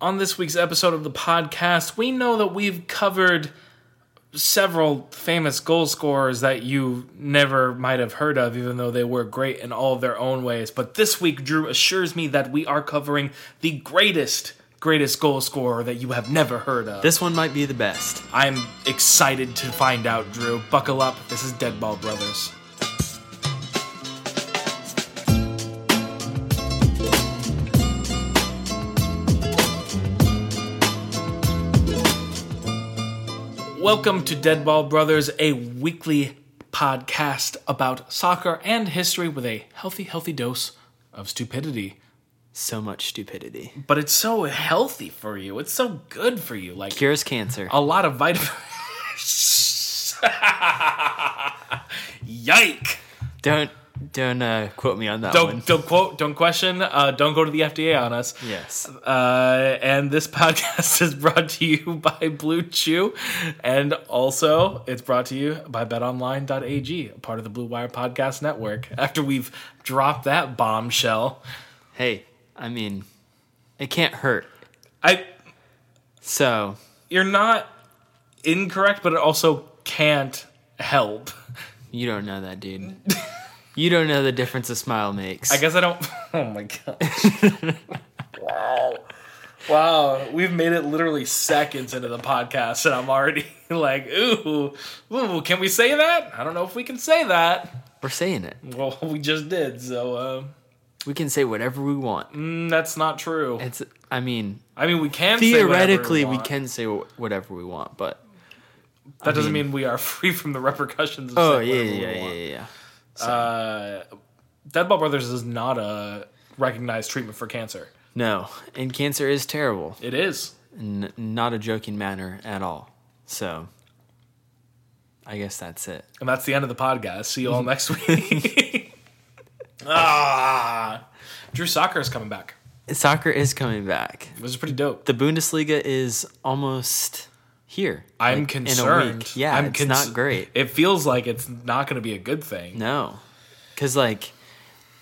on this week's episode of the podcast, we know that we've covered several famous goal scorers that you never might have heard of, even though they were great in all of their own ways. But this week, Drew assures me that we are covering the greatest, greatest goal scorer that you have never heard of. This one might be the best. I'm excited to find out, Drew. Buckle up. This is Deadball Brothers. Welcome to Deadball Brothers, a weekly podcast about soccer and history with a healthy, healthy dose of stupidity. So much stupidity. But it's so healthy for you. It's so good for you. Like Cures cancer. a lot of vitamin. Yike! Don't don't uh, quote me on that one. Don't don't quote, don't question, uh, don't go to the FDA on us. Yes. Uh, and this podcast is brought to you by Blue Chew, and also it's brought to you by BetOnline.ag, a part of the Blue Wire Podcast Network. After we've dropped that bombshell, Hey, I mean, it can't hurt. I So you're not incorrect, but it also can't help. you don't know that, dude. you don't know the difference a smile makes. I guess I don't. Oh my gosh! wow, wow, we've made it literally seconds into the podcast, and I'm already like, ooh, ooh, can we say that? I don't know if we can say that. We're saying it. Well, we just did, so uh, We can say whatever we want. mm, that's not true. It's. I mean, I mean, we can say whatever theoretically, we want. can say wh- whatever we want, but That doesn't mean, we are free from the repercussions. Of oh saying yeah, whatever we yeah, yeah, want. yeah, yeah. Uh, Deadball Brothers is not a recognized treatment for cancer. No, and cancer is terrible. It is. N- not a joking manner at all. So, I guess that's it. And that's the end of the podcast. See you all next week. ah, Drew Soccer is coming back. Soccer is coming back. This is pretty dope. The Bundesliga is almost here. I'm like, in a week. concerned. Yeah, I'm it's cons- not great. It feels like it's not going to be a good thing. No, because like,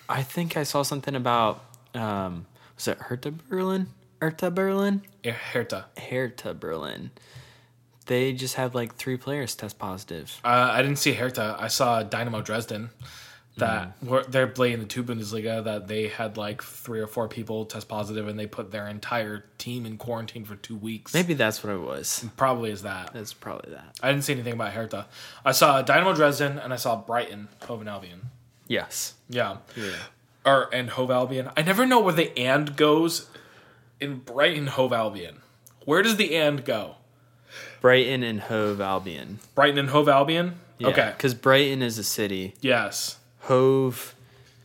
I think I saw something about um, was it Hertha Berlin? Hertha Berlin? Hertha. Hertha Berlin. They just had like three players test positive. Uh, I didn't see Hertha. I saw Dynamo Dresden. That Mm. were, they're playing the two Bundesliga. That they had like three or four people test positive, and they put their entire team in quarantine for two weeks. Maybe that's what it was. probably is that. That's probably that. I didn't see anything about Hertha. I saw Dynamo Dresden and I saw Brighton Hove Albion. Yes. Yeah. Or and Hove Albion. I never know where the and goes in Brighton Hove Albion. Where does the and go? Brighton and Hove Albion. Brighton and Hove Albion. Okay. Because Brighton is a city. Yes. Hove.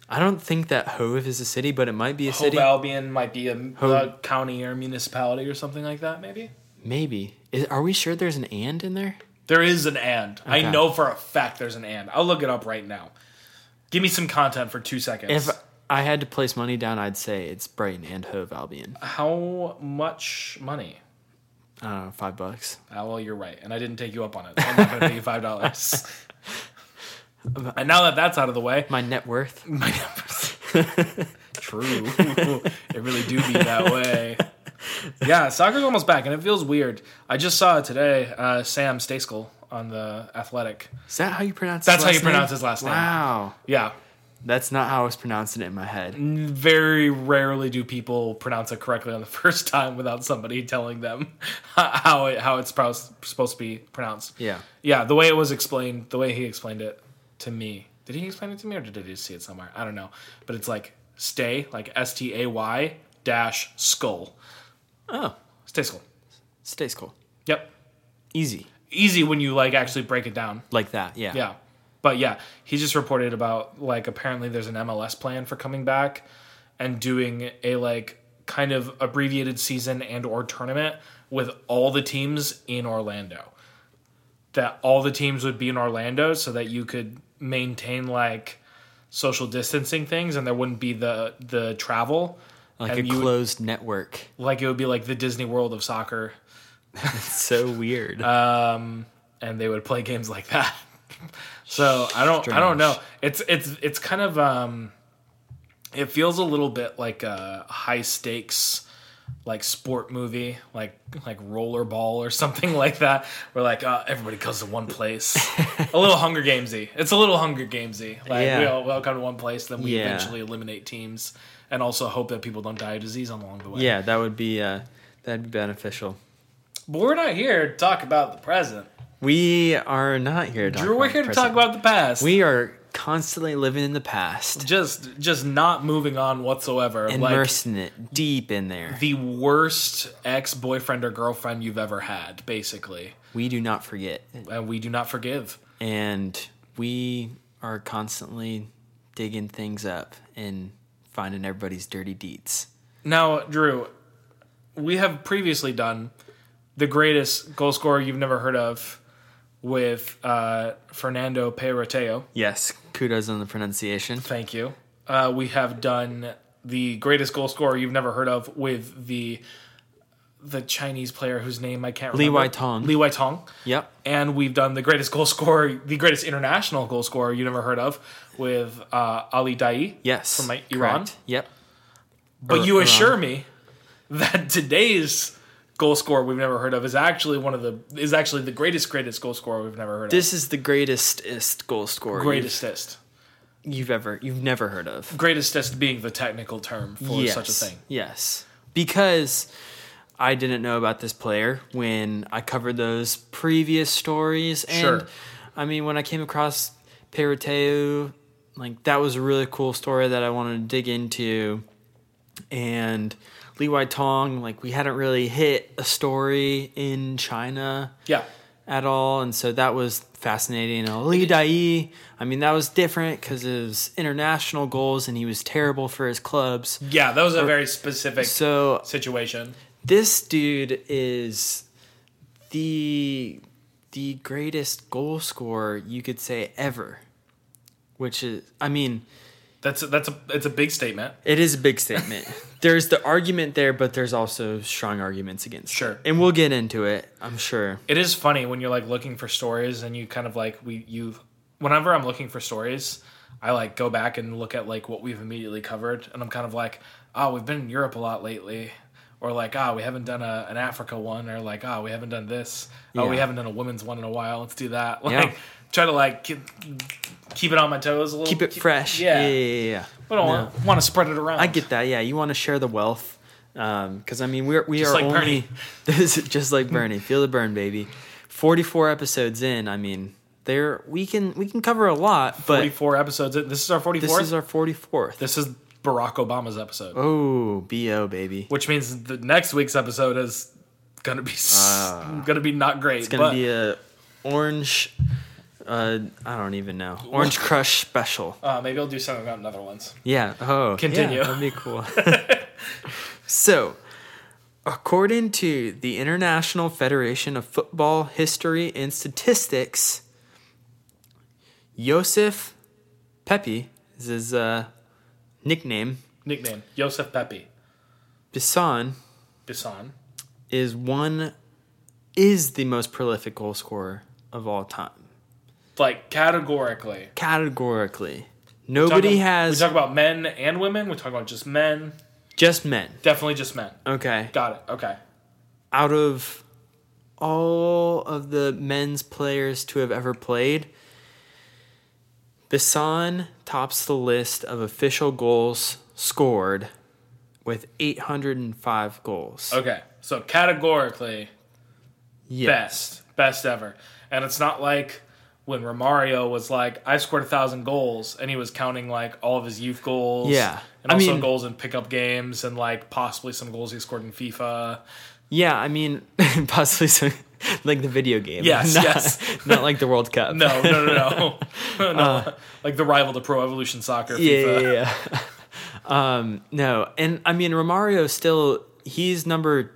I don't think that Hove is a city, but it might be a Hove city. Albion might be a, a county or municipality or something like that. Maybe Maybe. Is, are we sure there's an and in there? there is an and. I Okay. know for a fact there's an and. I'll look it up right now. Give me some content for two seconds. If I had to place money down, I'd say it's Brighton and Hove Albion. How much money? I don't know, five bucks. Ah, well, you're right, and I didn't take you up on it. so I'm not going to pay you five dollars. and now that that's out of the way, My net worth? my numbers. True, it really do be that way. Yeah, soccer's almost back, and it feels weird. I just saw today uh, Sam Staskel on the Athletic. Is that how you pronounce That's his how you last pronounce name? his last name. Wow. Yeah, That's not how I was pronouncing it in my head. very rarely do people pronounce it correctly on the first time without somebody telling them how it, how it's pro- supposed to be pronounced. Yeah. Yeah, the way it was explained, the way he explained it to me. Did he explain it to me or did I just see it somewhere? I don't know. But it's like stay, like S T A Y dash skull. Oh, Stay skull. stays cool. Yep. Easy. Easy when you like actually break it down. Like that, yeah. Yeah. But yeah, he just reported about like apparently there's an MLS plan for coming back and doing a like kind of abbreviated season and or tournament with all the teams in Orlando. That all the teams would be in Orlando so that you could maintain like social distancing things and there wouldn't be the the travel like and a you would- closed network. like it would be like the Disney World of soccer so weird. Uh, and they would play games like that. so I don't I don't know. It's it's it's kind of um it feels a little bit like a high stakes like sport movie, like like rollerball or something like that, where like uh, everybody goes to one place. a little Hunger Gamesy. It's a little Hunger Gamesy. Like we Yeah. all, we all come to one place, then we Yeah. eventually eliminate teams, and also hope that people don't die of disease along the way. yeah, that would be uh, that'd be beneficial. But we're not here to talk about the present. We are not here. To Drew, talk we're about here to the present. talk about the past. We are constantly living in the past, just just not moving on whatsoever. like immersing it deep in there. the worst ex boyfriend or girlfriend you've ever had, basically, We do not forget, and we do not forgive. and we are constantly digging things up and finding everybody's dirty deeds. Now, Drew, we have previously done the greatest goal scorer you've never heard of with uh, Fernando Peroteo. Yes, kudos on the pronunciation. Thank you. Uh, we have done the greatest goal scorer you've never heard of with the the Chinese player whose name I can't Li remember. Weitong. Li Weitong. Yep. and we've done the greatest goal scorer, the greatest international goal scorer you never heard of, with uh, Ali Dai. Yes. from like, Iran. correct. Yep. But Or you Iran. assure me that today's goal scorer we've never heard of is actually one of the is actually the greatest greatest goal scorer we've never heard of. This is the greatestest goal scorer you've- greatestest, you've ever you've never heard of. greatestest being the technical term for such a thing. Yes. Because I didn't know about this player when I covered those previous stories. And Sure. I mean, when I came across Peruteu, like that was a really cool story that I wanted to dig into. And Li Wai Tong, like we hadn't really hit a story in China Yeah, at all, and so that was fascinating. And Lee Dai, I mean, that was different because it was international goals, and he was terrible for his clubs. yeah, that was a very specific So situation. this dude is the the greatest goal scorer you could say ever, which is, I mean, That's a, that's a it's a big statement. it is a big statement. there's the argument there, but there's also strong arguments against. it. Sure. and we'll get into it. I'm sure. it is funny when you're like looking for stories and you kind of like we you whenever i'm looking for stories i like go back and look at like what we've immediately covered and i'm kind of like oh we've been in europe a lot lately or like ah we haven't done a, an africa one or like ah we haven't done this oh we Yeah. haven't done a women's one in a while let's do that like Yeah. try to like keep, keep it on my toes a little Keep it fresh. yeah, yeah, yeah. yeah. but i don't want, to spread it around I get that. Yeah, you want to share the wealth, because I mean we're we Just are like Bernie. only this is just like Bernie. Feel the burn, baby. Forty four episodes in. I mean, there we can we can cover a lot, but 44 episodes in. this is our 44th this is our forty fourth. this is barack obama's episode Oh, bo baby. which means the next week's episode is gonna be s gonna be not great. Ah. It's gonna but be a orange. Uh, I don't even know. Orange Crush special. uh, maybe I'll do something about Netherlands. Yeah. Oh, Continue. yeah, that'd be cool. so, according to the International Federation of Football History and Statistics, Josef Pepi is his uh, nickname. Nickname Joseph Pepe Bisson Bisson. is one is the most prolific goal scorer of all time. Like categorically, Categorically, Talk nobody about- has We talk about men and women. We talk about just men. just men. Definitely just men. Okay. Got it. Okay. out of all of the men's players to have ever played, Bisson tops the list of official goals scored with 805 goals. Okay. So categorically, Yes. best, best ever. And it's not like when Romario was like, I scored a thousand goals, and he was counting like all of his youth goals, Yeah. and I also mean- goals in pickup games, and like possibly some goals he scored in FIFA. Yeah, I mean, possibly some, like the video game. Yes, not, yes. Not like the World Cup. No, no, no, no. no like the rival to Pro Evolution Soccer, Uh. Yeah, FIFA. yeah, yeah. Um, no, and I mean Romario still he's number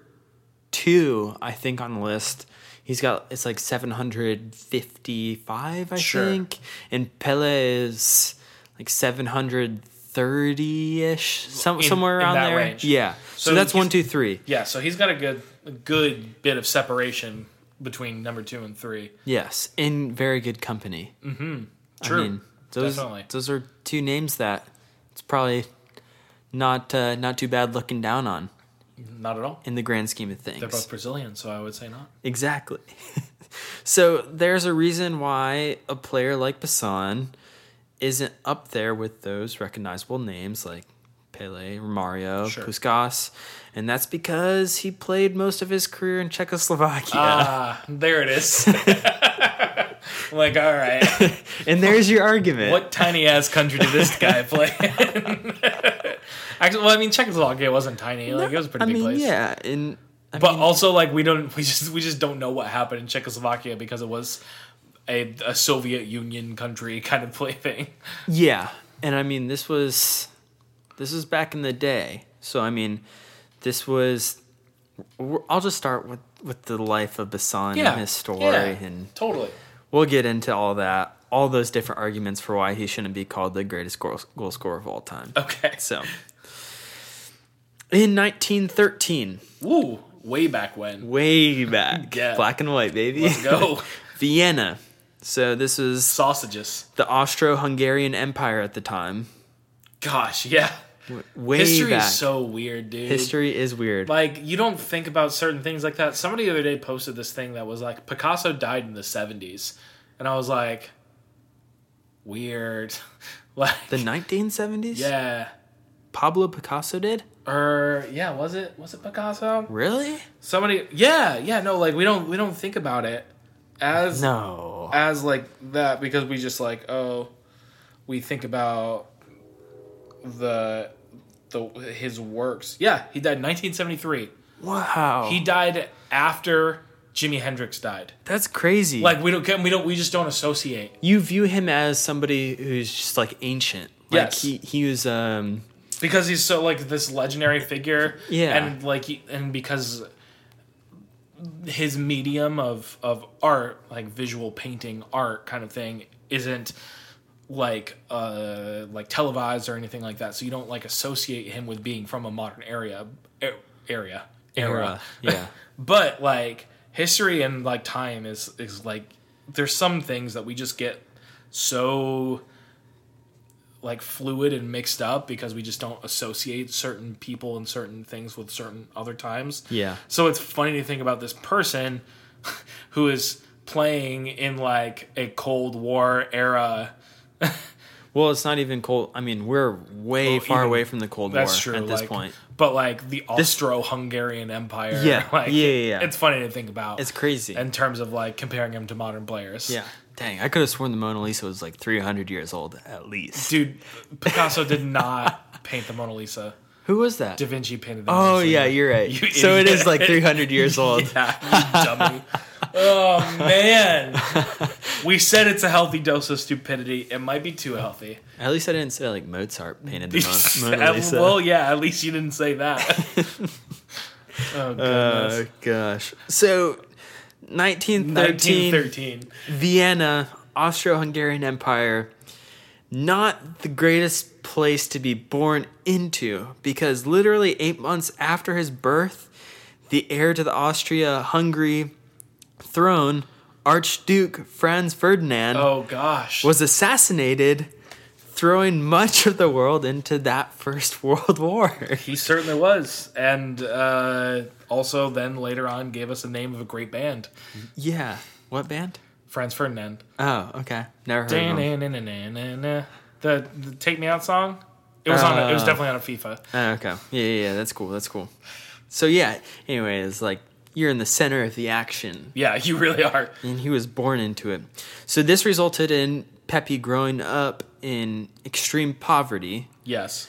two, I think, on the list. He's got it's like seven hundred fifty five, I Sure. think, and Pele is like seven hundred thirty ish, some, In- somewhere in around that there. range. Yeah, so, So that's he's- one, two, three. Yeah, so he's got a good a good bit of separation between number two and three. Yes, in very good company. Mm-hmm. True. I mean, those Definitely. those are two names that it's probably not uh, not too bad looking down on Not at all. in the grand scheme of things. They're both Brazilian, so I would say not. Exactly. so there's a reason why a player like Passan isn't up there with those recognizable names like Pele, Romario, Sure. Puskas, and that's because he played most of his career in Czechoslovakia. Ah, there it is. I'm like, all right, and there's your argument. what tiny ass country did this guy play? in? Actually, well, I mean, Czechoslovakia wasn't tiny. Like it was a pretty I big mean, place. yeah, and I But mean, also, like, we don't, we just, we just don't know what happened in Czechoslovakia because it was a, a Soviet Union country kind of play thing. Yeah, and I mean this was this was back in the day. So I mean, this was. we're- I'll just start with with the life of Bassan and his story, yeah, and totally. we'll get into all that, all those different arguments for why he shouldn't be called the greatest goal, goal scorer of all time. Okay. So, in 1913, Ooh, way back when. way back, Yeah. black and white, baby. Let's go. Vienna. So this was Sausages. the Austro-Hungarian Empire at the time. Gosh, yeah. Way History back. is so weird, dude. History is weird. Like you don't think about certain things like that. Somebody the other day posted this thing that was like Picasso died in the seventies, and I was like, weird. like the 1970s? yeah, Pablo Picasso did? or yeah, was it was it Picasso? Really? Somebody, yeah, yeah. No, like we don't we don't think about it as No. as like that because we just like oh we think about the the his works yeah he died in 1973 Wow. he died after jimi hendrix died That's crazy. like we don't we don't we just don't associate you view him as somebody who's just like ancient. Like Yes. he he was um because he's so like this legendary figure Yeah. and like he- and because his medium of of art like visual painting art kind of thing isn't like uh like televised or anything like that so you don't like associate him with being from a modern area er, area era. era Yeah. but like history and like time is is like there's some things that we just get so like fluid and mixed up because we just don't associate certain people and certain things with certain other times. Yeah. So it's funny to think about this person who is playing in like a Cold War era. Well, it's not even cold. I mean, we're way far even- away from the Cold That's War true. at this like- point. But like the Austro-Hungarian Empire. Yeah. Like, Yeah, yeah, yeah. It's funny to think about. It's crazy. in terms of like comparing him to modern players. yeah. Dang, I could have sworn the Mona Lisa was like 300 years old at least. Dude, Picasso did not paint the Mona Lisa. Who was that? Da Vinci painted the Mona oh Lisa. yeah, you're right. You so it is idiot. like 300 years old. Yeah, you dummy. Oh man. We said it's a healthy dose of stupidity. It might be too healthy. At least I didn't say like Mozart painted the Mo- Mona Lisa. well, yeah, at least you didn't say that. oh goodness. Oh gosh. So 1913, 1913. Vienna, Austro-Hungarian Empire, not the greatest place to be born into because literally 8 months after his birth, the heir to the Austria-Hungary throne, Archduke Franz Ferdinand, Oh gosh. was assassinated, throwing much of the world into that first world war. he certainly was. And uh, also then later on gave us the name of a great band, yeah. What band? Franz Ferdinand. Oh, okay. Never heard of them. Da-na-na-na-na-na. The, the Take Me Out song. It was on. A, it was Uh, definitely on a FIFA. Oh, okay. Yeah, yeah, yeah. That's cool. That's cool. So yeah. Anyways, like you're in the center of the action, Yeah, you really are. and he was born into it. So this resulted in Pepe growing up in extreme poverty. Yes.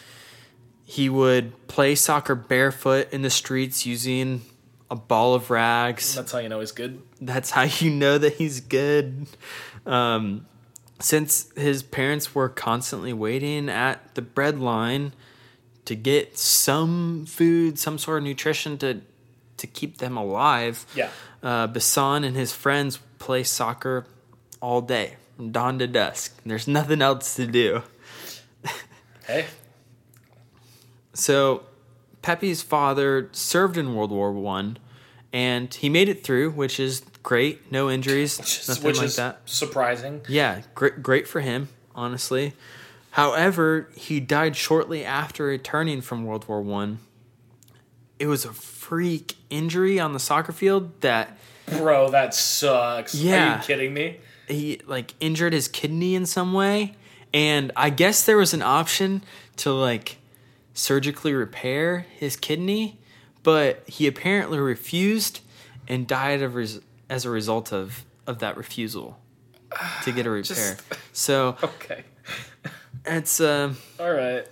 He would play soccer barefoot in the streets using a ball of rags. That's how you know he's good. that's how you know that he's good. Um, since his parents were constantly waiting at the bread line to get some food, some sort of nutrition to to keep them alive. Yeah. Uh, Basan and his friends play soccer all day from dawn to dusk. There's nothing else to do. Hey, So Pepe's father served in World War One, and he made it through, which is great. No injuries, nothing which like is that. surprising. Yeah, great, great for him, honestly. However, he died shortly after returning from World War One. It was a freak injury on the soccer field that Bro, that sucks. Are Yeah. you kidding me? he like injured his kidney in some way, and I guess there was an option to like surgically repair his kidney, but he apparently refused and died of res- as a result of of that refusal to get a repair. so Okay. it's um. All right.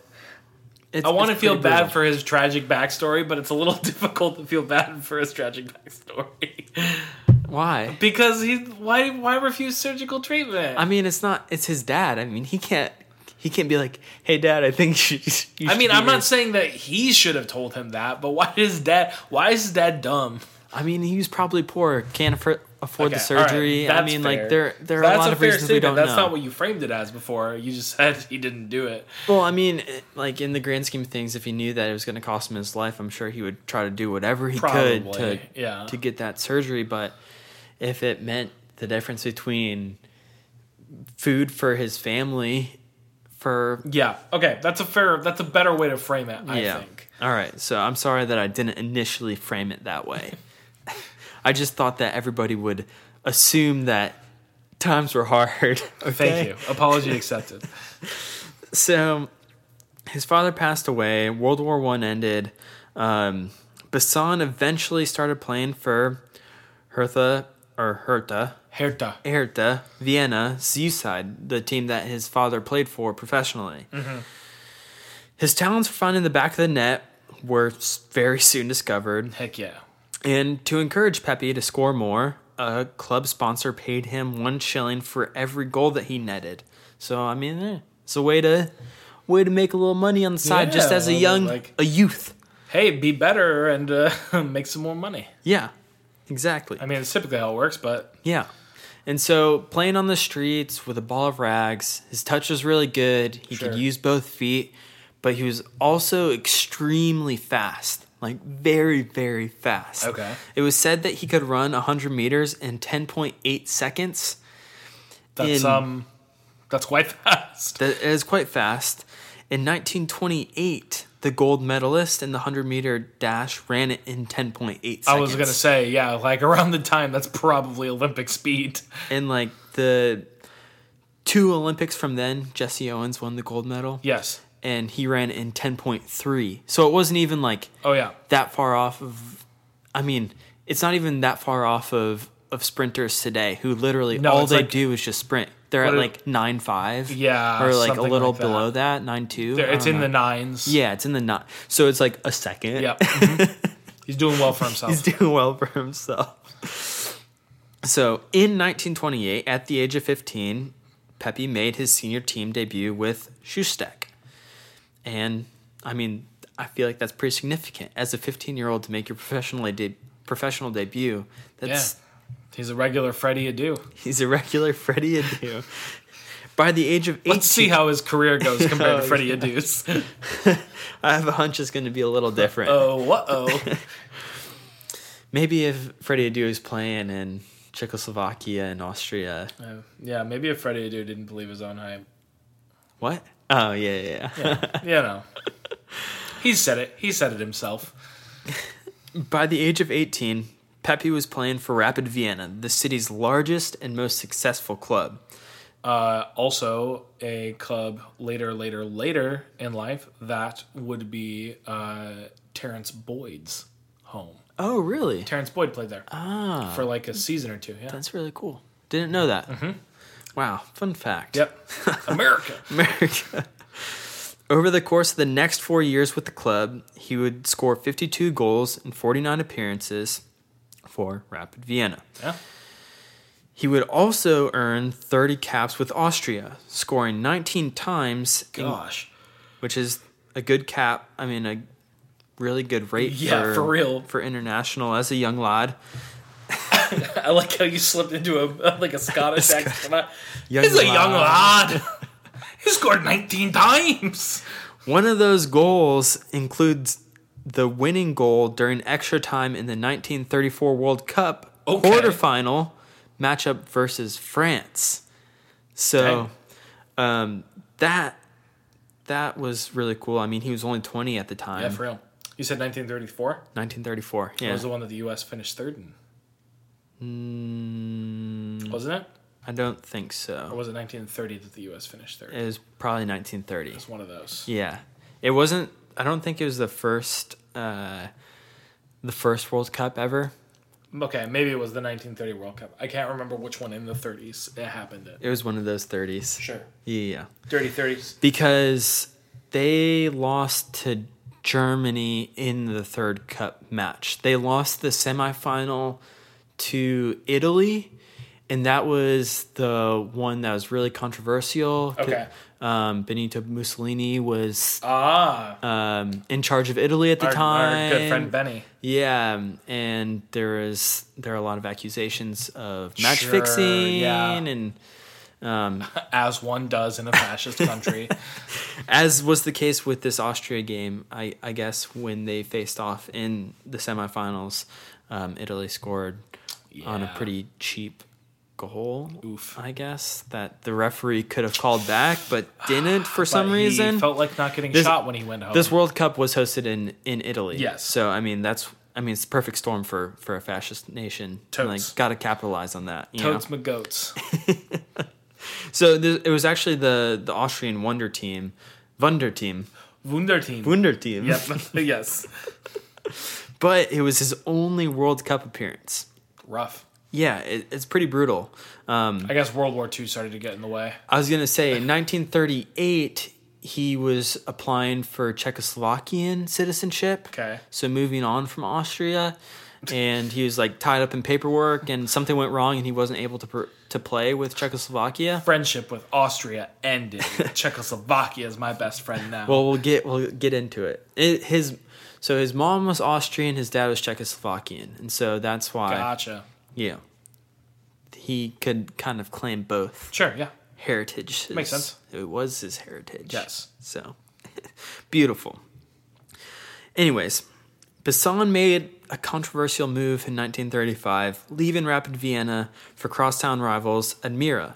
It's, I want to it's feel pretty bad brutal. for his tragic backstory, but it's a little difficult to feel bad for his tragic backstory why. because he why why refuse surgical treatment? I mean, it's not. It's his dad. I mean, he can't. He can't be like, "Hey, dad, I think you should." you I should mean, do I'm not this." saying that he should have told him that, but why is dad? Why is his dad dumb? I mean, he was probably poor. Can't afford, afford the Okay, all right, surgery. I that's mean, fair. like there there are That's a lot of fair reasons we don't statement. That's know. not what you framed it as before. You just said he didn't do it. well, I mean, it- like in the grand scheme of things, if he knew that it was going to cost him his life, I'm sure he would try to do whatever he could to Probably, yeah. to get that surgery. But if it meant the difference between food for his family for Yeah. Okay. That's a fair. That's a better way to frame it. I think. All right. So I'm sorry that I didn't initially frame it that way. I just thought that everybody would assume that times were hard. Oh, Thank okay? you. Apology accepted. So his father passed away. World War One ended. Um, Basan eventually started playing for Hertha or Hertha. Hertha. Hertha Vienna Seaside, the team that his father played for professionally. Mm-hmm. His talents for finding the back of the net were s- very soon discovered, Heck yeah. and to encourage Pepe to score more, a club sponsor paid him one shilling for every goal that he netted. So I mean, eh, it's a way to way to make a little money on the side, just Yeah, as a well, young like- a youth. Hey, be better and uh, make some more money. Yeah, exactly. I mean, it's typically how it works, but Yeah. And so playing on the streets with a ball of rags, his touch was really good. He Sure. could use both feet, but he was also extremely fast. Like very, very fast. Okay. It was said that he could run 100 meters in 10.8 seconds. that's In- um, that's quite fast. That is quite fast. In 1928, the gold medalist in the 100 meter dash ran it in 10.8 seconds. I was gonna say, yeah, like around the time that's probably Olympic speed. And like the two Olympics from then, Jesse Owens won the gold medal. Yes. and he ran in 10.3. So it wasn't even like Oh yeah. that far off of I mean, it's not even that far off of of sprinters today who literally No, all it's they like- do is just sprint. They're at What are- like nine five, Yeah, or like a something little like that. below that, nine two. There, it's in the nines. Yeah, it's in the nine. So it's like a second. Yep. Mhm. He's doing well for himself. He's doing well for himself. So in 1928, at the age of 15, Pepe made his senior team debut with Schustek. And I mean, I feel like that's pretty significant as a 15 year old to make your professional de- professional debut. yeah. That's He's a regular Freddie Adu. he's a regular Freddie Adu. By the age of 18, Let's see how his career goes compared Oh, to Freddie Adu's. I have a hunch it's going to be a little different. Oh, what? Oh, Maybe if Freddie Adu is playing in Czechoslovakia and Austria, Uh, yeah. Maybe if Freddie Adu didn't believe his own hype, what? Oh yeah, yeah. yeah. you know, he said it. He said it himself. By the age of 18, Pepe was playing for Rapid Vienna, the city's largest and most successful club. Uh, also, a club later, later, later in life that would be uh, Terrence Boyd's home. Oh, really? Terrence Boyd played there for like a season or two. Yeah. That's really cool. Didn't know that. Wow, fun fact. Mm-hmm. yep. America. America. Over the course of the next four years with the club, he would score 52 goals in 49 appearances for Rapid Vienna. Yeah. He would also earn 30 caps with Austria, scoring 19 times, in- Gosh. which is a good cap. I mean, a really good rate. Yeah, for real. for international as a young lad. I like how you slipped into a like a Scottish accent. Young He's a young lad. lad. he scored 19 times. One of those goals includes the winning goal during extra time in the 1934 World Cup Okay. quarterfinal matchup versus France. So um, that that was really cool. I mean, he was only 20 at the time. Yeah, for real. You said 1934 1934. Um, Yeah. was the one that the U.S. finished third in. Hmm. Wasn't it? I don't think Or so. was it 1930 that the U.S. finished third? It was probably 1930. It's one of those. Yeah, it wasn't. I don't think it was the first, uh, the first World Cup ever. Okay, maybe it was the 1930 World Cup. I can't remember which one in the 30s it happened in. It was one of those 30s. Sure. Yeah, Dirty 30s. because they lost to Germany in the third cup match. They lost the semifinal to Italy, and that was the one that was really controversial. Okay. Um, Benito Mussolini was Ah, um, in charge of Italy at the our, time. our good friend Benny. Yeah, um, and there is there are a lot of accusations of match Sure, fixing, yeah. and As one does in a fascist country. as was the case with this Austria game, I, I guess when they faced off in the semifinals, um, Italy scored on a Yeah. pretty cheap goal. Oof. I guess that the referee could have called back, but didn't for some But he reason. felt like not getting This- shot when he went home. this World Cup was hosted in in Italy. Yes. So I mean that's I mean it's a perfect storm for for a fascist nation. Totes. Like got to capitalize on that. You know? Toads McGoats. So th- it was actually the the Austrian Wonder Team, Wunder Team, Wunder team. Wunder Team. yep. yes. But it was his only World Cup appearance. Rough. Yeah, it, it's pretty brutal. Um, I guess World War II started to get in the way. I was gonna say, in 1938, he was applying for Czechoslovakian citizenship. Okay. So moving on from Austria, and he was like tied up in paperwork, and something went wrong, and he wasn't able to per- to play with Czechoslovakia. Friendship with Austria ended. Czechoslovakia is my best friend now. Well, we'll get we'll get into it. it his so his mom was Austrian, his dad was Czechoslovakian, and so that's why gotcha. yeah he could kind of claim both Sure, yeah. heritage. Makes is- sense. It was his heritage. Yes. So beautiful. Anyways, Bassan made a controversial move in 1935, leaving Rapid Vienna for crosstown rivals Admira,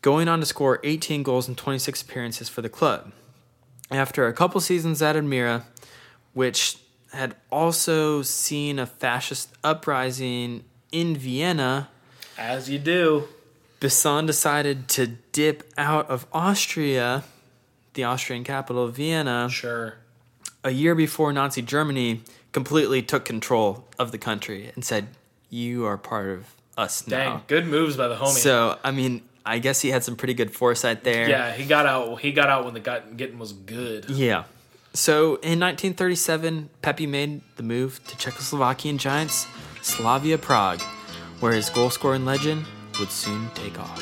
going on to score 18 goals in 26 appearances for the club. After a couple seasons at Admira, which had also seen a fascist uprising in Vienna As you do. Bisson decided to dip out of Austria, the Austrian capital of Vienna, Sure. a year before Nazi Germany completely took control of the country and said, You are part of us Dang, now. good moves by the homie. So, I mean, I guess he had some pretty good foresight there. yeah, he got out. He got out when the gut- getting was good. Yeah. So in 1937, Pepe made the move to Czechoslovakian giants Slavia Prague, where his goal scoring legend would soon take off.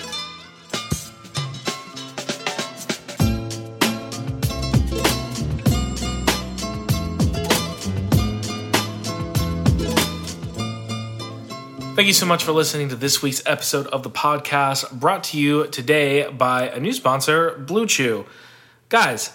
Thank you so much for listening to this week's episode of the podcast, brought to you today by a new sponsor, Blue Chew. Guys,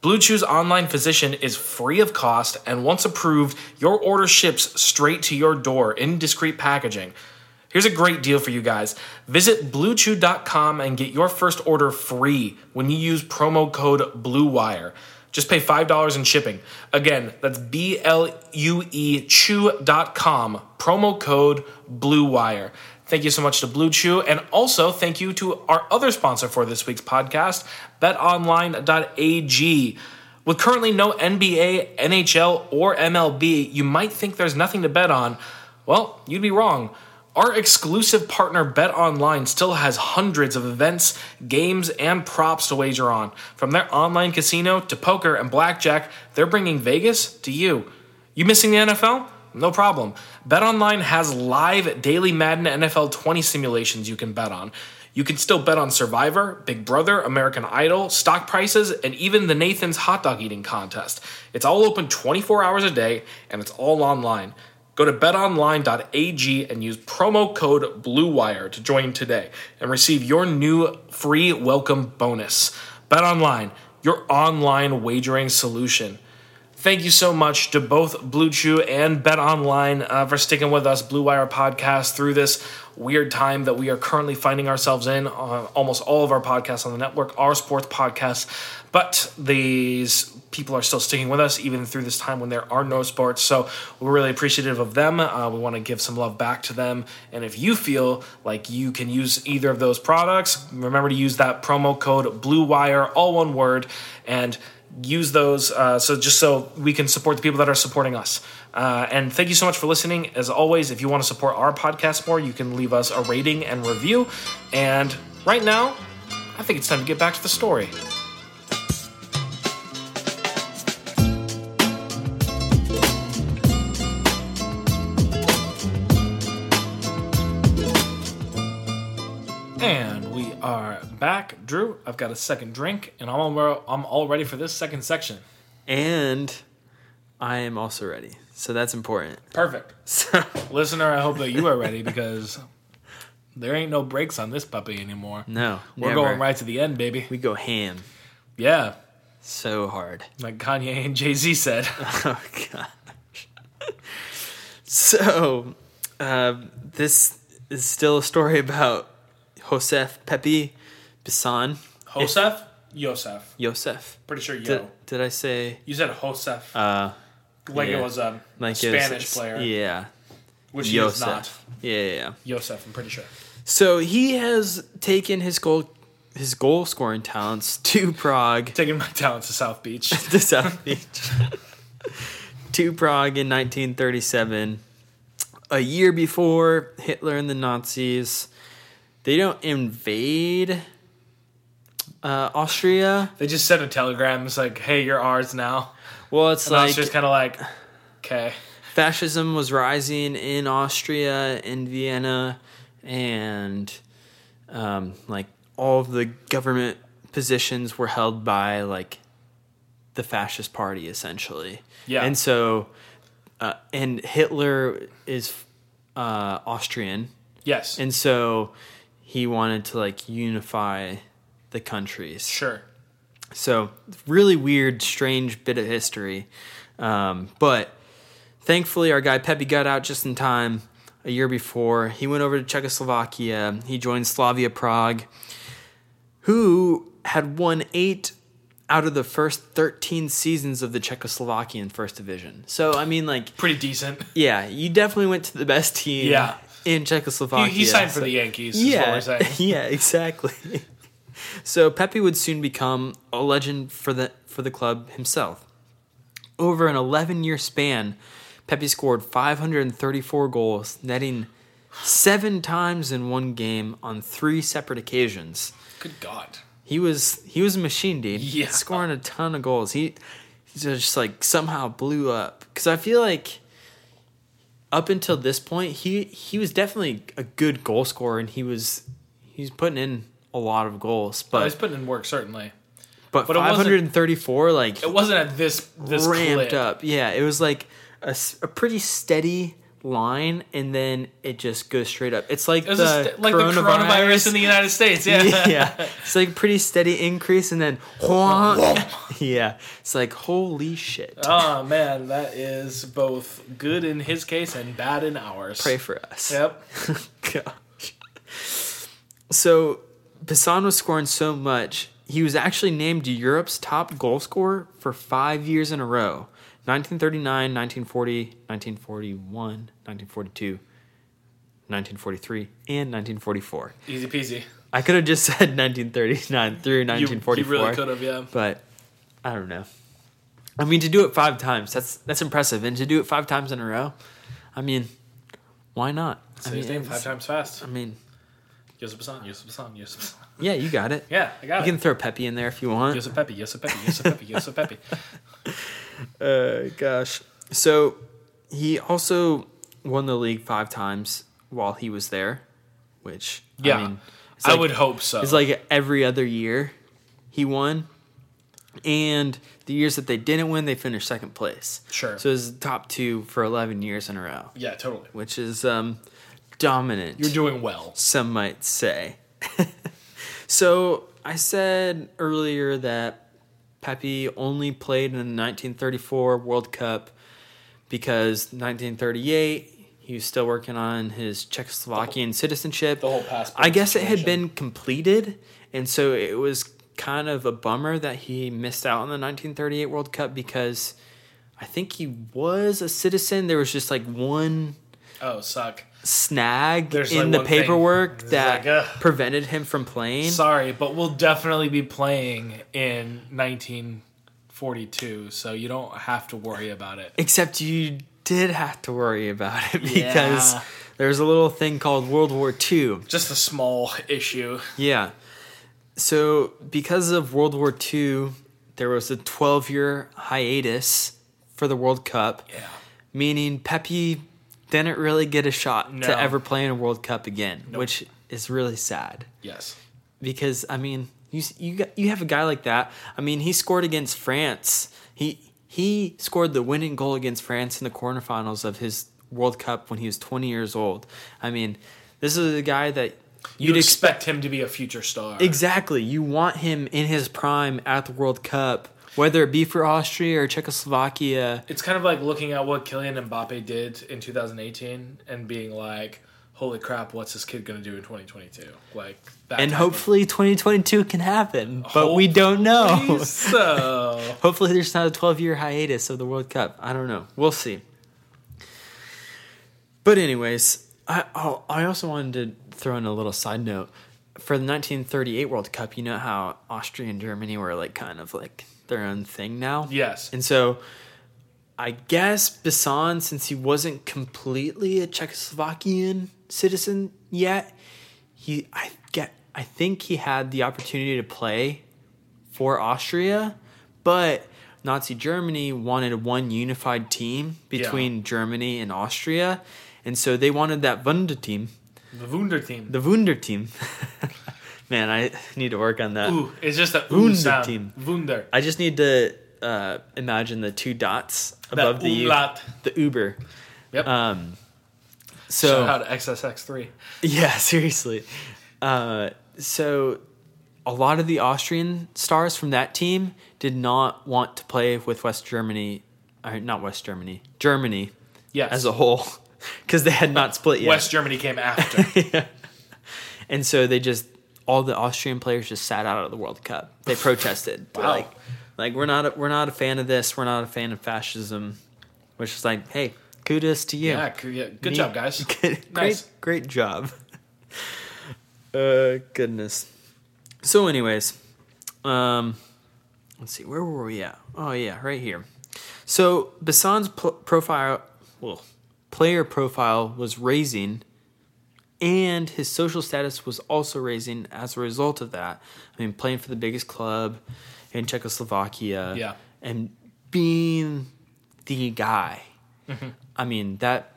Blue Chew's online physician is free of cost, and once approved, your order ships straight to your door in discreet packaging. Here's a great deal for you guys. Visit bluechew.com and get your first order free when you use promo code BLUEWIRE. Just pay $5 in shipping. Again, that's B L U E chew.com, promo code BLUEWIRE. Thank you so much to Blue Chew, and also thank you to our other sponsor for this week's podcast, betonline.ag. With currently no NBA, NHL, or MLB, you might think there's nothing to bet on. Well, you'd be wrong. Our exclusive partner Bet Online still has hundreds of events, games, and props to wager on. From their online casino to poker and blackjack, they're bringing Vegas to you. You missing the NFL? No problem. BetOnline has live daily Madden NFL 20 simulations you can bet on. You can still bet on Survivor, Big Brother, American Idol, stock prices, and even the Nathan's hot dog eating contest. It's all open 24 hours a day and it's all online. Go to betonline.ag and use promo code BLUEWIRE to join today and receive your new free welcome bonus. BetOnline, your online wagering solution. Thank you so much to both Blue Chew and Bet Online uh, for sticking with us, Blue Wire Podcast, through this weird time that we are currently finding ourselves in. Uh, almost all of our podcasts on the network are sports podcasts, but these people are still sticking with us even through this time when there are no sports. So we're really appreciative of them. Uh, we want to give some love back to them. And if you feel like you can use either of those products, remember to use that promo code Blue Wire, all one word, and use those uh, so just so we can support the people that are supporting us uh, and thank you so much for listening as always if you want to support our podcast more you can leave us a rating and review and right now i think it's time to get back to the story And we are back. Drew, I've got a second drink, and I'm all, I'm all ready for this second section. And I am also ready. So that's important. Perfect. So Listener, I hope that you are ready because there ain't no breaks on this puppy anymore. no, We're never. going right to the end, baby. We go ham Yeah, so hard. like Kanye and Jay Z said. Oh gosh. so, uh, this is still a story about Josef Pepi Bissan. Josef? Yosef. Yosef. Pretty sure Did, yo. did I say You said Josef. uh, like yeah. it was a like it was- Spanish player, Yeah, which he is not. Yosef. Yeah, yeah, yeah. Yosef, I'm pretty sure. So he has taken his goal, his goal scoring talents to Prague Taking my talents to South Beach. to South Beach. to Prague in 1937, a year before Hitler and the Nazis. They don't invade uh, Austria. they just sent a telegram. It's like, hey, you're ours now. Well, it's And I was like just kind of like, okay. fascism was rising in Austria, in Vienna, and um, like all of the government positions were held by like the fascist party essentially. Yeah. And so, uh, and Hitler is uh, Austrian, Yes. and so he wanted to like unify the countries. sure. So really weird, strange bit of history. Um, but thankfully, our guy Pepe got out just in time a year before. He went over to Czechoslovakia. He joined Slavia Prague, who had won eight out of the first 13 seasons of the Czechoslovakian First Division. So, I mean, like, Pretty decent. yeah, you definitely went to the best team Yeah. in He, Czechoslovakia. he signed So- for the Yankees, is what yeah, we're saying. yeah, exactly. so Pepe would soon become a legend for the for the club himself. Over an 11 year span, Pepe scored 534 goals, netting seven times in one game on three separate occasions. Good God. He was he was a machine, dude. Yeah. scoring a ton of goals. He, he just like somehow blew up because I feel like up until this point, he he was definitely a good goal scorer and he was he was putting in a lot of goals, I was but putting in work, certainly. but, but it wasn't- 534 like It wasn't at this this ramped clip. up. Yeah, it was like a, s- a pretty steady line and then it just goes straight up. It's like It was the just like the coronavirus in the United States. Yeah. yeah. It's like pretty steady increase and then yeah. It's like holy shit. Oh man, that is both good in his case and bad in ours. Pray for us. Yep. Gosh. So Pisan was scoring so much, he was actually named Europe's top goal scorer for five years in a row. 1939, 1940, 1941, 1942, 1943, and 1944. Easy peasy. I could have just said 1939 through You, 1944. you really could have, yeah. but I don't know. I mean, to do it five times, that's that's impressive, and to do it five times in a row, I mean, Why not? Say his name five it's- times fast. I mean, Yusuf Hassan, Yusuf Hassan, Yusuf Hassan. yeah, you got it. Yeah, I You got can it. throw Pepe in there if you want. Yusuf Pepe, Yusuf Pepe, Yusuf Pepe, Yusuf Pepe. Uh, gosh. So he also won the league five times while he was there, which Yeah. I, mean, it's I like- would hope so. It's like every other year he won. And the years that they didn't win, they finished second place. Sure. So it was top two for 11 years in a row, yeah, totally. which is um, dominant You're doing well. some might say. so I said earlier that Pepe only played in the 1934 World Cup because 1938 he was still working on his Czechoslovakian citizenship. the whole passport I guess it had situation. been completed, and so it was kind of a bummer that he missed out on the 1938 World Cup because I think he was a citizen. There was just like one Oh, suck. snag There's, in like, the one thing. paperwork It's that like, uh, ugh. prevented him from playing. Sorry, but we'll definitely be playing in 1942, so you don't have to worry about it. Except you did have to worry about it because Yeah. there's a little thing called World War II. Just a small issue. Yeah. So because of World War II, there was a 12 year hiatus for the World Cup. Yeah. meaning Pepe didn't really get a shot No. to ever play in a World Cup again, which is really sad. Yes. because I mean, you you got- you have a guy like that. I mean, he scored against France. He he scored the winning goal against France in the quarterfinals of his World Cup when he was 20 years old. I mean, this is a guy that You'd, expect him to be a future star. exactly you want him in his prime at the World Cup, whether it be for Austria or Czechoslovakia. it's kind of like looking at what Kylian Mbappe did in 2018 and being like, holy crap, what's this kid going to do in 2022? Like, that And type of- hopefully 2022 can happen, but we don't know. so. Hopefully, there's not a 12 year hiatus of the World Cup. I don't know. We'll see. But, anyways, I, oh, I also wanted to throw in a little side note. For the 1938 World Cup, you know how Austria and Germany were like kind of like their own thing now? Yes. And so I guess Bisson, since he wasn't completely a Czechoslovakian citizen yet, he I get I think he had the opportunity to play for Austria, but Nazi Germany wanted one unified team between Germany and Austria, and so they wanted that Wunder team, The Wunder team. the Wunder team. Man, I need to work on that. ooh, it's just a ooh Wunder sound. team. Wunder. I just need to uh, imagine the two dots above the, U- umlaut. the Uber. Yep. Um, so, so Oh. Shout out to XSX3. yeah, seriously. Uh, so a lot of the Austrian stars from that team did not want to play with West Germany, or not West Germany, Germany Yes. as a whole, because they had not split yet. West Germany came after. and so they just all the Austrian players just sat out of the World Cup. They protested. They're Wow. Like, like we're not a, we're not a fan of this. We're not a fan of fascism. Which is like, hey, kudos to you. yeah, c- yeah, good Neat. job, guys. Good- great, Nice. great job. Uh, goodness. So, anyways, um, let's see, where were we at? Oh yeah, right here. So Basan's pl- profile, well, player profile was raising, and his social status was also raising as a result of that. I mean, playing for the biggest club in Czechoslovakia, Yeah. and being the guy. I mean that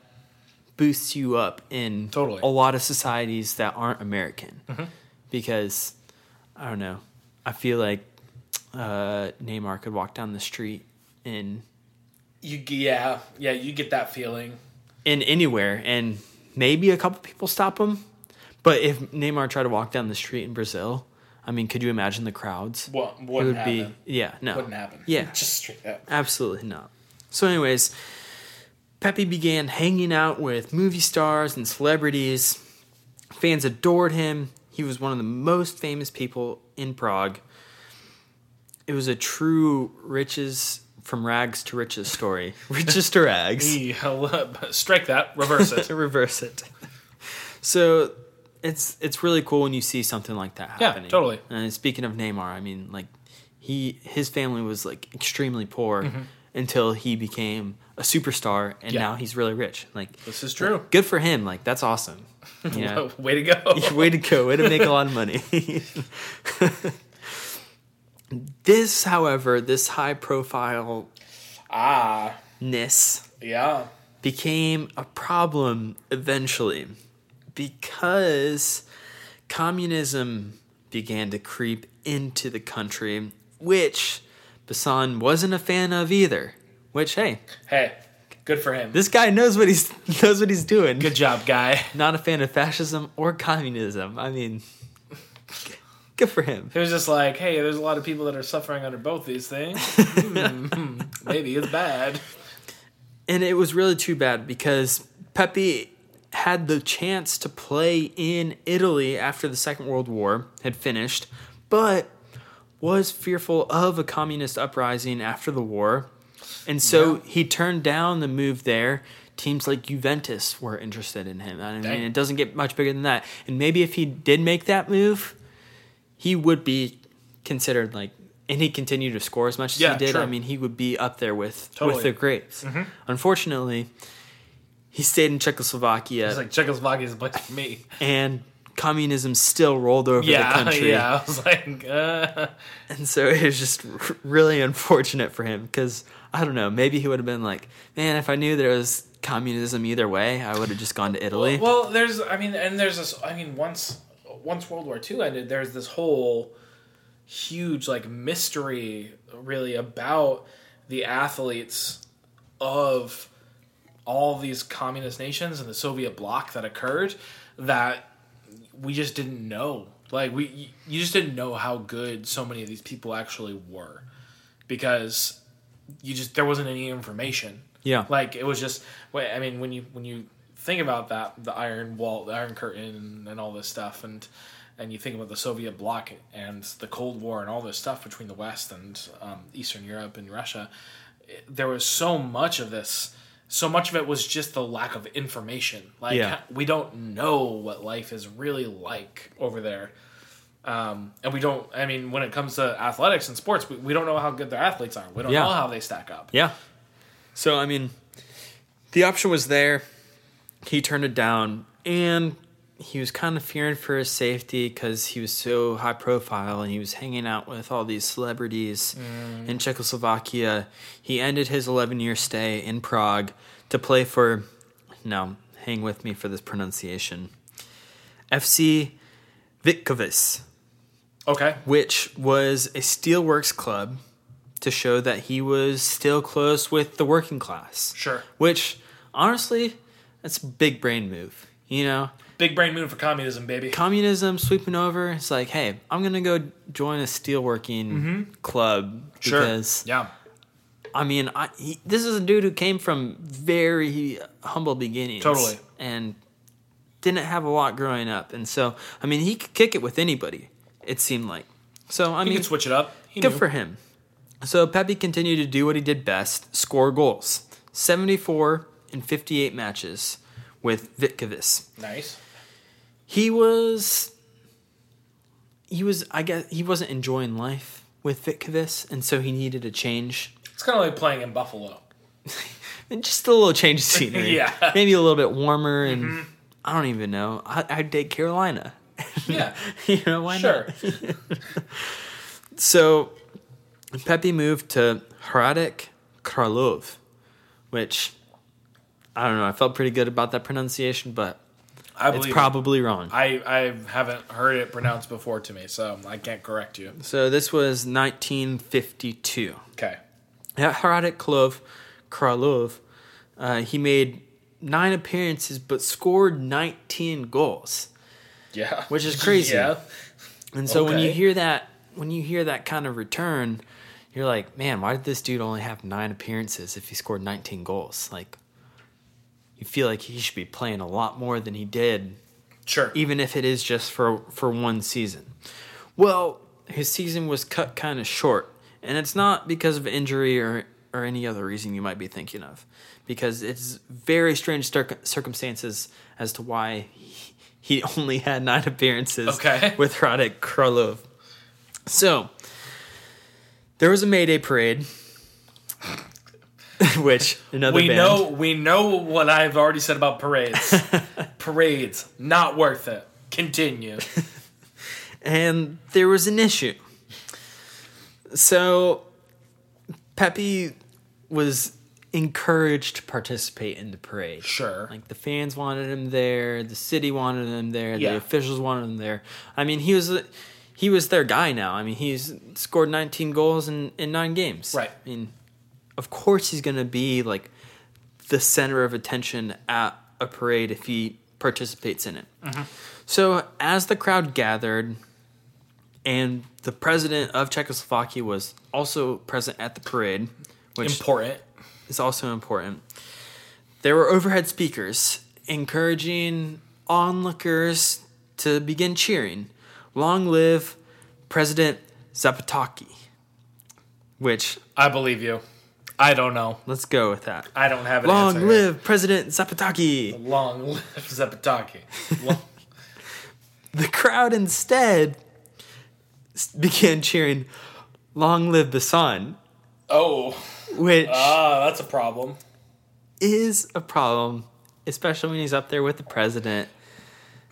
boosts you up in Totally. Mm-hmm. a lot of societies that aren't American because I don't know. I feel like uh, Neymar could walk down the street in You, yeah, yeah, you get that feeling. in anywhere, and maybe a couple people stop him. But if Neymar tried to walk down the street in Brazil, I mean, could you imagine the crowds? What wouldn't It would happen? be yeah, no, Wouldn't happen. Yeah, just straight up. Absolutely not. So, anyways, Pepe began hanging out with movie stars and celebrities. Fans adored him. He was one of the most famous people in Prague. It was a true riches from rags to riches story. riches to rags. Yeah, Strike that. Reverse it. to reverse it. So it's it's really cool when you see something like that Yeah, happening. totally. And speaking of Neymar, I mean, like he his family was like extremely poor, until he became a superstar and Mm-hmm. Yeah. now he's really rich. Like This is true. good for him. Like that's awesome. You Oh, know? Way to go. Way to go. Way to make a lot of money. this, however, this high profile Ah, ness yeah. became a problem eventually because communism began to creep into the country, which Bassan wasn't a fan of either. Which, hey, Hey, good for him. this guy knows what he's knows what he's doing. good job, guy. Not a fan of fascism or communism. I mean, good for him. He was just like, hey, there's a lot of people that are suffering under both these things. Hmm, maybe it's bad. and it was really too bad because Pepe had the chance to play in Italy after the Second World War had finished, but was fearful of a communist uprising after the war. And so he turned down the move there. Teams like Juventus were interested in him. I mean, Dang. it doesn't get much bigger than that. And maybe if he did make that move, he would be considered like, and he continued to score as much as Yeah, he did. sure. I mean, he would be up there with Totally. Mm-hmm. with the greats. Unfortunately, he stayed in Czechoslovakia, It's like Czechoslovakia is a place for me. and communism still rolled over the Yeah, country. yeah. I was like, uh, And so it was just r- really unfortunate for him because I don't know, maybe he would have been like, man, if I knew there was communism either way, I would have just gone to Italy. well, there's, I mean, and there's this, I mean, once once World War II ended, there's this whole huge like mystery really about the athletes of all these communist nations and the Soviet bloc that occurred that we just didn't know. Like we, you just didn't know how good so many of these people actually were, because you just there wasn't any information. Yeah. like it was just. wait, I mean, when you when you think about that, the Iron Wall, the Iron Curtain, and all this stuff, and and you think about the Soviet bloc and the Cold War and all this stuff between the West and um, Eastern Europe and Russia, it- there was so much of this. So much of it was just the lack of information. Like Yeah. we don't know what life is really like over there. Um, and we don't, I mean, when it comes to athletics and sports, we, we don't know how good their athletes are. We don't Yeah. know how they stack up. Yeah. So I mean, the option was there. He turned it down, and he was kind of fearing for his safety because he was so high profile and he was hanging out with all these celebrities in Czechoslovakia. He ended his 11 year stay in Prague to play for. Now, hang with me for this pronunciation. FC Vitkovice Okay. which was a steelworks club to show that he was still close with the working class. Sure. Which, honestly, that's a big brain move. You know, Big brain moon for communism, baby. communism sweeping over. It's like, hey, I'm gonna go join a steelworking club Mm-hmm. sure. because yeah. I mean, I, he, this is a dude who came from very humble beginnings. Totally. And didn't have a lot growing up. And so, I mean, he could kick it with anybody, it seemed like. So, I He mean, could switch it up. He Good knew. for him. So Pepe continued to do what he did best, score goals. 74 in 58 matches with Vitkovic. Nice. He was he was I guess he wasn't enjoying life with Vitkovic and so he needed a change. It's kind of like playing in Buffalo. And just a little change of scenery. Yeah. Mm-hmm. Maybe a little bit warmer and I don't even know. I, I'd date Carolina. Yeah. you know why not? sure. So Pepe moved to Hradec Kralov, which I don't know. I felt pretty good about that pronunciation, but I believe it's it. probably wrong. I, I haven't heard it pronounced before to me, so I can't correct you. so this was 1952. Okay. At Hradec Kralov, Kralov uh, he made nine appearances but scored 19 goals. Yeah. Which is crazy. Yeah. And so when you Okay. hear that, when you hear that kind of return, you're like, man, why did this dude only have nine appearances if he scored 19 goals? Like, you feel like he should be playing a lot more than he did, Sure. even if it is just for for one season. Well, his season was cut kind of short, and it's not because of injury or or any other reason you might be thinking of, because it's very strange circ- circumstances as to why he, he only had nine appearances Okay. with Radek Kralov. So there was a May Day parade which another We band. know we know what I've already said about parades. parades not worth it. Continue. and there was an issue. So Pepe was encouraged to participate in the parade. Sure. Like the fans wanted him there, the city wanted him there, Yeah. the officials wanted him there. I mean, he was he was their guy now. I mean, he's scored 19 goals in in 9 games. Right. I mean, of course he's going to be like the center of attention at a parade if he participates in it. So as the crowd gathered, and the president of Czechoslovakia was also present at the parade, which Important. is also important. There were overhead speakers encouraging onlookers to begin cheering. Long live President Zapataki. Which, I believe you. I don't know. let's go with that. I don't have an Long answer. live President Zapataki. Long live Zapataki. Long- The crowd instead s- began cheering, Long live the sun, oh, which ah, that's a problem. is a problem, especially when he's up there with the president,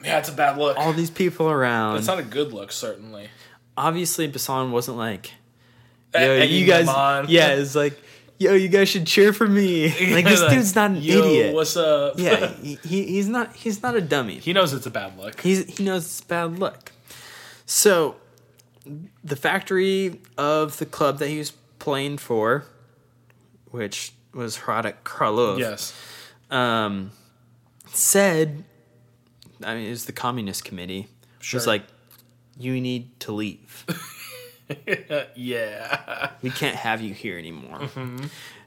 Yeah, it's a bad look. all these people around. It's not a good look, certainly. Obviously, Basan wasn't like, E- yo, egging you them guys, on. yeah, it's like, yo, you guys should cheer for me. Like, this dude's not an Yo, idiot. What's up? yeah, he, he- he's not, he's not a dummy. he knows it's a bad look. He's, he knows it's bad luck. So, the factory of the club that he was playing for, which was Hradec Kralov, Yes. um, said, I mean, it was the Communist Committee, It Sure. was like, you need to leave. Yeah. Mm-hmm. We can't have you here anymore.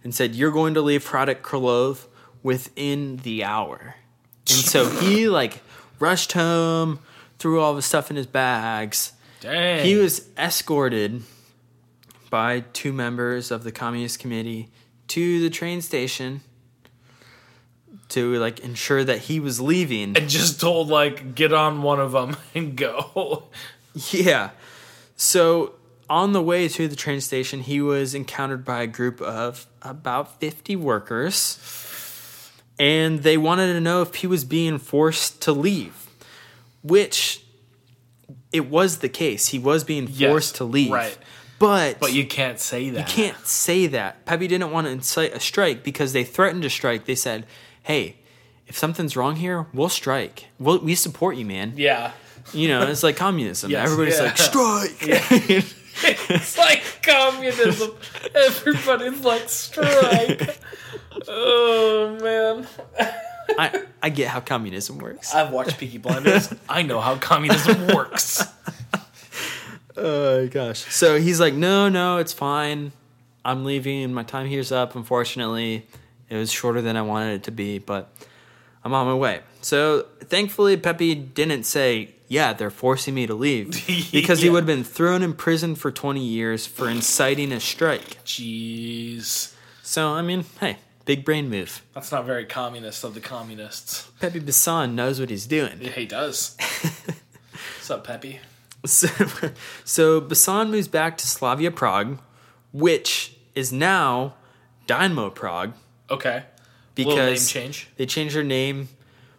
And said, you're going to leave Hradec Kralov within the hour. And so he, like, rushed home, threw all the stuff in his bags, Dang. He was escorted by two members of the Communist Committee to the train station to like ensure that he was leaving. and just told like get on one of them and go. Yeah. So on the way to the train station, he was encountered by a group of about 50 workers, and they wanted to know if he was being forced to leave, which it was the case. He was being Yes, forced to leave. right. But, But you can't say that. You can't say that. Pepe didn't want to incite a strike because they threatened to strike. They said, "Hey, if something's wrong here, we'll strike. We'll, we support you, man." Yeah. You know, it's like communism. Yes. Everybody's Yeah. like, "Strike!" It's like communism. Everybody's like strike. oh man. I, I get how communism works. I've watched Peaky Blinders. I know how communism works. Oh gosh. So he's like, "No, no, it's fine. I'm leaving. My time here's up. Unfortunately, it was shorter than I wanted it to be, but I'm on my way." So thankfully, Pepe didn't say, "Yeah, they're forcing me to leave," because he Yeah. would have been thrown in prison for 20 years for inciting a strike. Jeez. So I mean, hey, big brain move. That's not very communist of the communists. Pepe Bisson knows what he's doing. Yeah, he does. What's up, Peppy? So, so Basan moves back to Slavia Prague, which is now Dynamo Prague Okay. because Little name change. they changed their name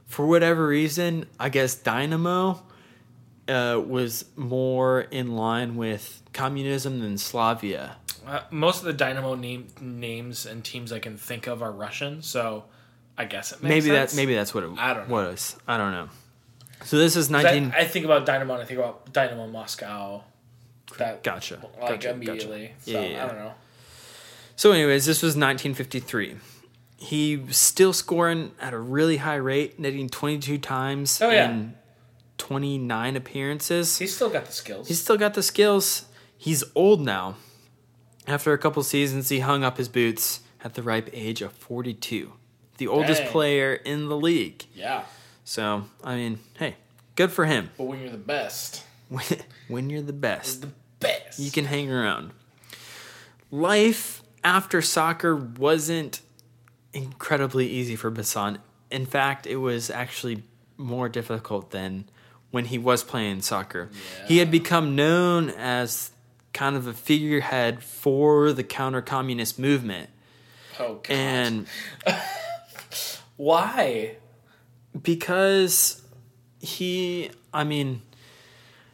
for whatever reason. I guess Dynamo uh, was more in line with communism than Slavia. Uh, most of the Dynamo name, names and teams I can think of are Russian, so I guess it makes Maybe sense. that maybe that's what it I don't know. was. I don't know. So this is That- 19 I think about Dynamo and I think about Dynamo Moscow. That Gotcha. Like Gotcha, immediately. So gotcha. Yeah, yeah, I don't know. So, anyways, this was 1953. He was still scoring at a really high rate, netting 22 times Oh, yeah. in 29 appearances. He's still got the skills. He's still got the skills. He's old now. After a couple seasons, he hung up his boots at the ripe age of 42, the oldest Dang. player in the league. yeah. So, I mean, hey, good for him. But when you're the best, When- when you're the best. the best. You can hang around. Life after soccer wasn't incredibly easy for Basan. In fact, it was actually more difficult than when he was playing soccer. He had become known as kind of a figurehead for the counter communist movement. Oh, God. and Why? because he i mean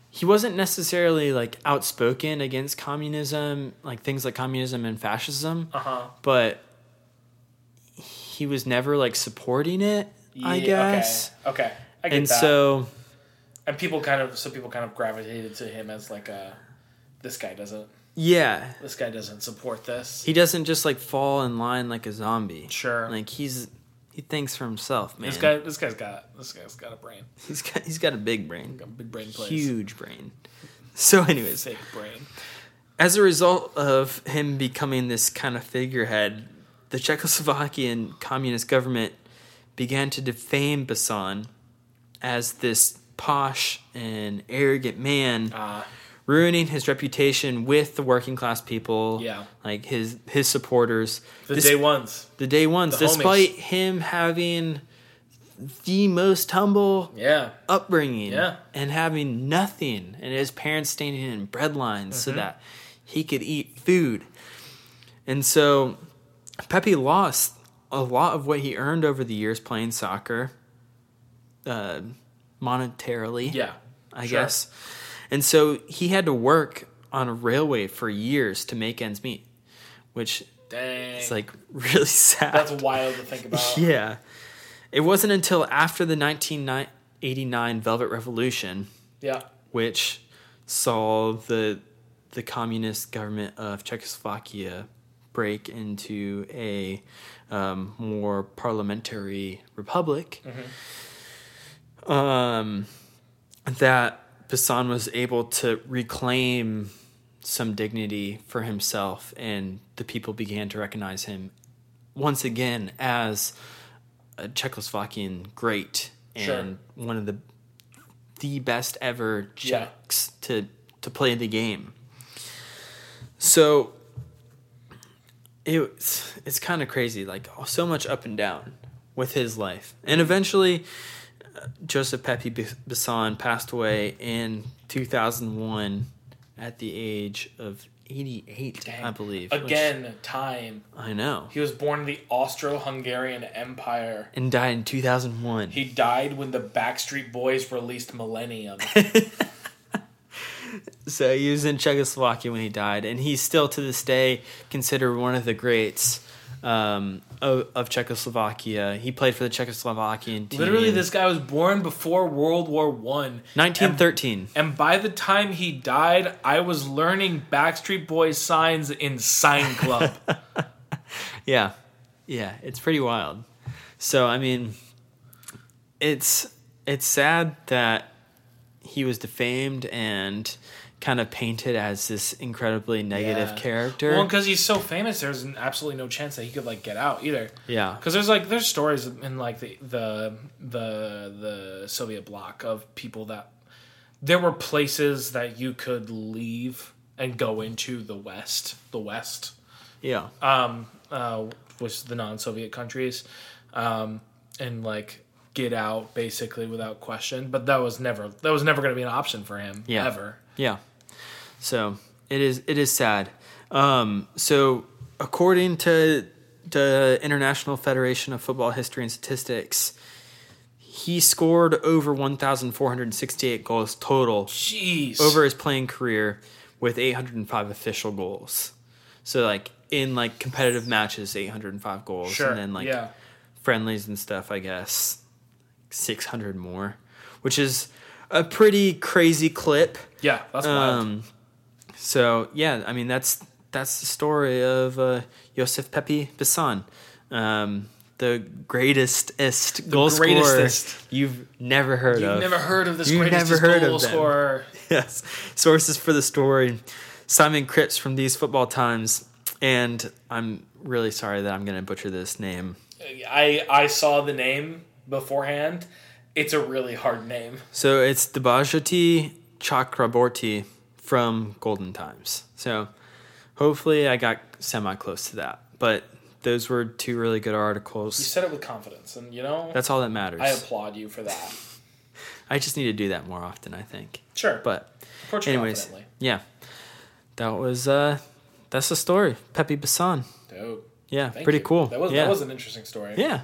he wasn't necessarily like outspoken against communism like things like communism and fascism Uh-huh. but he was never like supporting it i Yeah, guess Okay. okay. I get and that. so and people kind of so people kind of gravitated to him as like a this guy doesn't yeah this guy doesn't support this. he doesn't just like fall in line like a zombie Sure. like he's he thinks for himself man this guy this guy's got this guy's got a brain. he's got he's got a big brain Got a big brain plays. huge brain so anyways Fake brain. as a result of him becoming this kind of figurehead, the Czechoslovakian communist government began to defame Bassan as this posh and arrogant man, Uh, ruining his reputation with the working class people, Yeah. like his his supporters. the This- day ones. the day ones, the homies. despite him having the most humble Yeah. upbringing Yeah. and having nothing and his parents standing in bread lines Mm-hmm. so that he could eat food. And so Pepe lost a lot of what he earned over the years playing soccer uh, monetarily. Yeah. I Sure. guess. And so he had to work on a railway for years to make ends meet, which Dang. is like really sad. That's wild to think about. Yeah. It wasn't until after the 1989 Velvet Revolution, Yeah. which saw the the communist government of Czechoslovakia break into a um, more parliamentary republic, Mm-hmm. um, that Bassan was able to reclaim some dignity for himself, and the people began to recognize him once again as a Czechoslovakian great and Sure. one of the the best ever Yeah. Czechs to to play the game. So it's it's kind of crazy, like so much up and down with his life, and eventually uh, Joseph Pepe B- Bisson passed away in 2001 at the age of 88, I Dang. believe. which- Again, time. I know. He was born in the Austro-Hungarian Empire. and died in 2001. He died when the Backstreet Boys released Millennium. so he was in Czechoslovakia when he died, and he's still to this day considered one of the greats um, of, of Czechoslovakia. He played for the Czechoslovakian team. Literally, this guy was born before World War One. 1913. And by the time he died, I was learning Backstreet Boys signs in Sign Club. Yeah, yeah, it's pretty wild. So I mean, it's it's sad that he was defamed and kind of painted as this incredibly negative Yeah. character. well, because he's so famous, there's an- absolutely no chance that he could like get out either. Yeah. Because there's like there's stories in like the the the the Soviet bloc of people that there were places that you could leave and go into the West, the West. yeah, um, uh, which the non-Soviet countries, um, and like get out basically without question. But that was never that was never going to be an option for him Yeah. ever. Yeah. So it is it is sad. Um, so according to the International Federation of Football History and Statistics, he scored over 1,468 goals total Jeez, over his playing career with 805 official goals. So like in like competitive matches, 805 goals, sure, and then like yeah, friendlies and stuff, I guess, 600 more, which is a pretty crazy clip. yeah, that's wild. Um, so yeah, I mean that's that's the story of uh, Josef Pepe Bisson, um, the greatestest goal greatestest. scorer you've never heard You've of. never heard of this You've greatest never heard goal of them. scorer. yes. Sources for the story: Simon Cripps from These Football Times, and I'm really sorry that I'm going to butcher this name. I I saw the name beforehand. It's a really hard name. So it's Debajati Chakraborty from Golden Times. So hopefully I got semi close to that. But those were two really good You articles. said it with confidence, and you know That's all that matters. I I, applaud you for that. just need to do that more often, I think. Sure, But approach it anyways, confidently. yeah. That was uh that's the story. Pepe Bassan. Dope. Yeah, Thank pretty you. cool. That was yeah. that was an interesting story. yeah,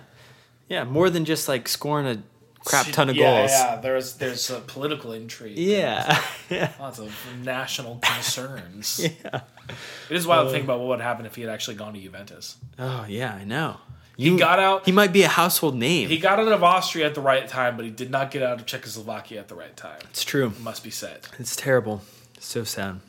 yeah, more than just like scoring a crap ton of Yeah, goals. Yeah, there's there's uh, political intrigue. Yeah, yeah, Lots of national concerns. yeah. It is Uh, wild to think about what would happen if he had actually gone to Juventus. Oh yeah, I know. He got out. He He, might be a household name. got out of Austria at the right time, but he did not get out of Czechoslovakia at the right time. it's true. Must be said. It's terrible. so sad.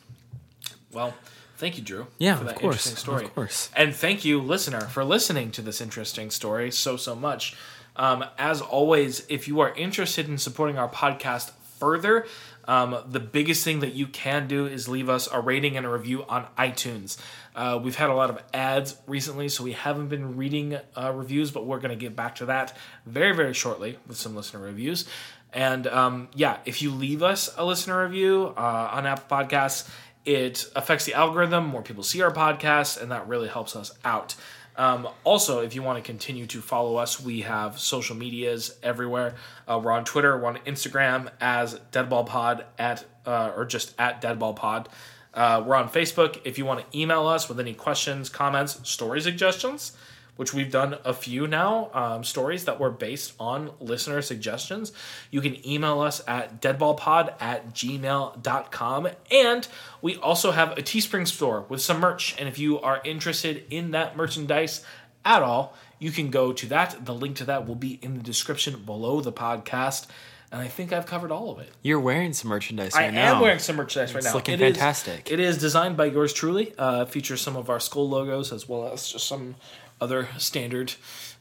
Well, thank you, Drew. Yeah, for of that course, interesting story. of course. And thank you, listener, for listening to this interesting story so so much. Um, as always, if you are interested in supporting our podcast further, um, the biggest thing that you can do is leave us a rating and a review on iTunes. Uh, we've had a lot of ads recently, so we haven't been reading uh, reviews, but we're going to get back to that very, very shortly with some listener reviews. And um, yeah, if you leave us a listener review uh, on Apple Podcasts, it affects the algorithm. More people see our podcast, and that really helps us out. Um, also, if you want to continue to follow us, we have social medias everywhere. Uh, we're on Twitter, we're on Instagram as DeadballPod at uh, or just at DeadballPod. Uh, we're on Facebook. If you want to email us with any questions, comments, story suggestions, which we've done a few now, um, stories that were based on listener suggestions. You can email us at deadballpod at gmail.com. And we also have a Teespring store with some merch. And if you are interested in that merchandise at all, you can go to that. The link to that will be in the description below the podcast. And I think I've covered all of it. You're wearing some merchandise I right now. am wearing some merchandise right now. looking is- fantastic. it is designed by yours truly. Uh, features some of our skull logos as well as just some other standard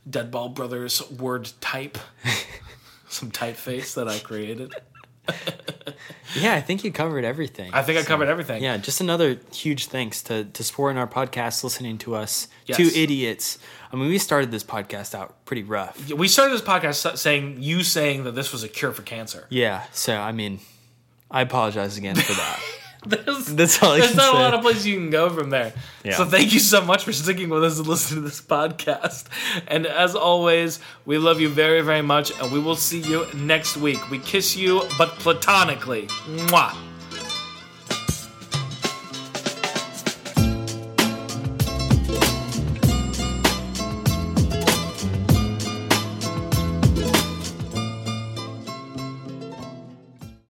Deadball Brothers word type, some typeface that I created. Yeah, I think you covered everything. I think I covered everything. yeah, just another huge thanks to to supporting our podcast, listening to us, Yes. two idiots. I mean, we started this podcast out pretty rough. We started this podcast s- saying you saying that this was a cure for cancer. Yeah, so I mean, I apologize again for that. There's, That's all I there's can not say. a lot of places you can go from there. Yeah. So thank you so much for sticking with us and listening to this podcast. And as always, we love you very, very much, and we will see you next week. We kiss you, but platonically. Mwah.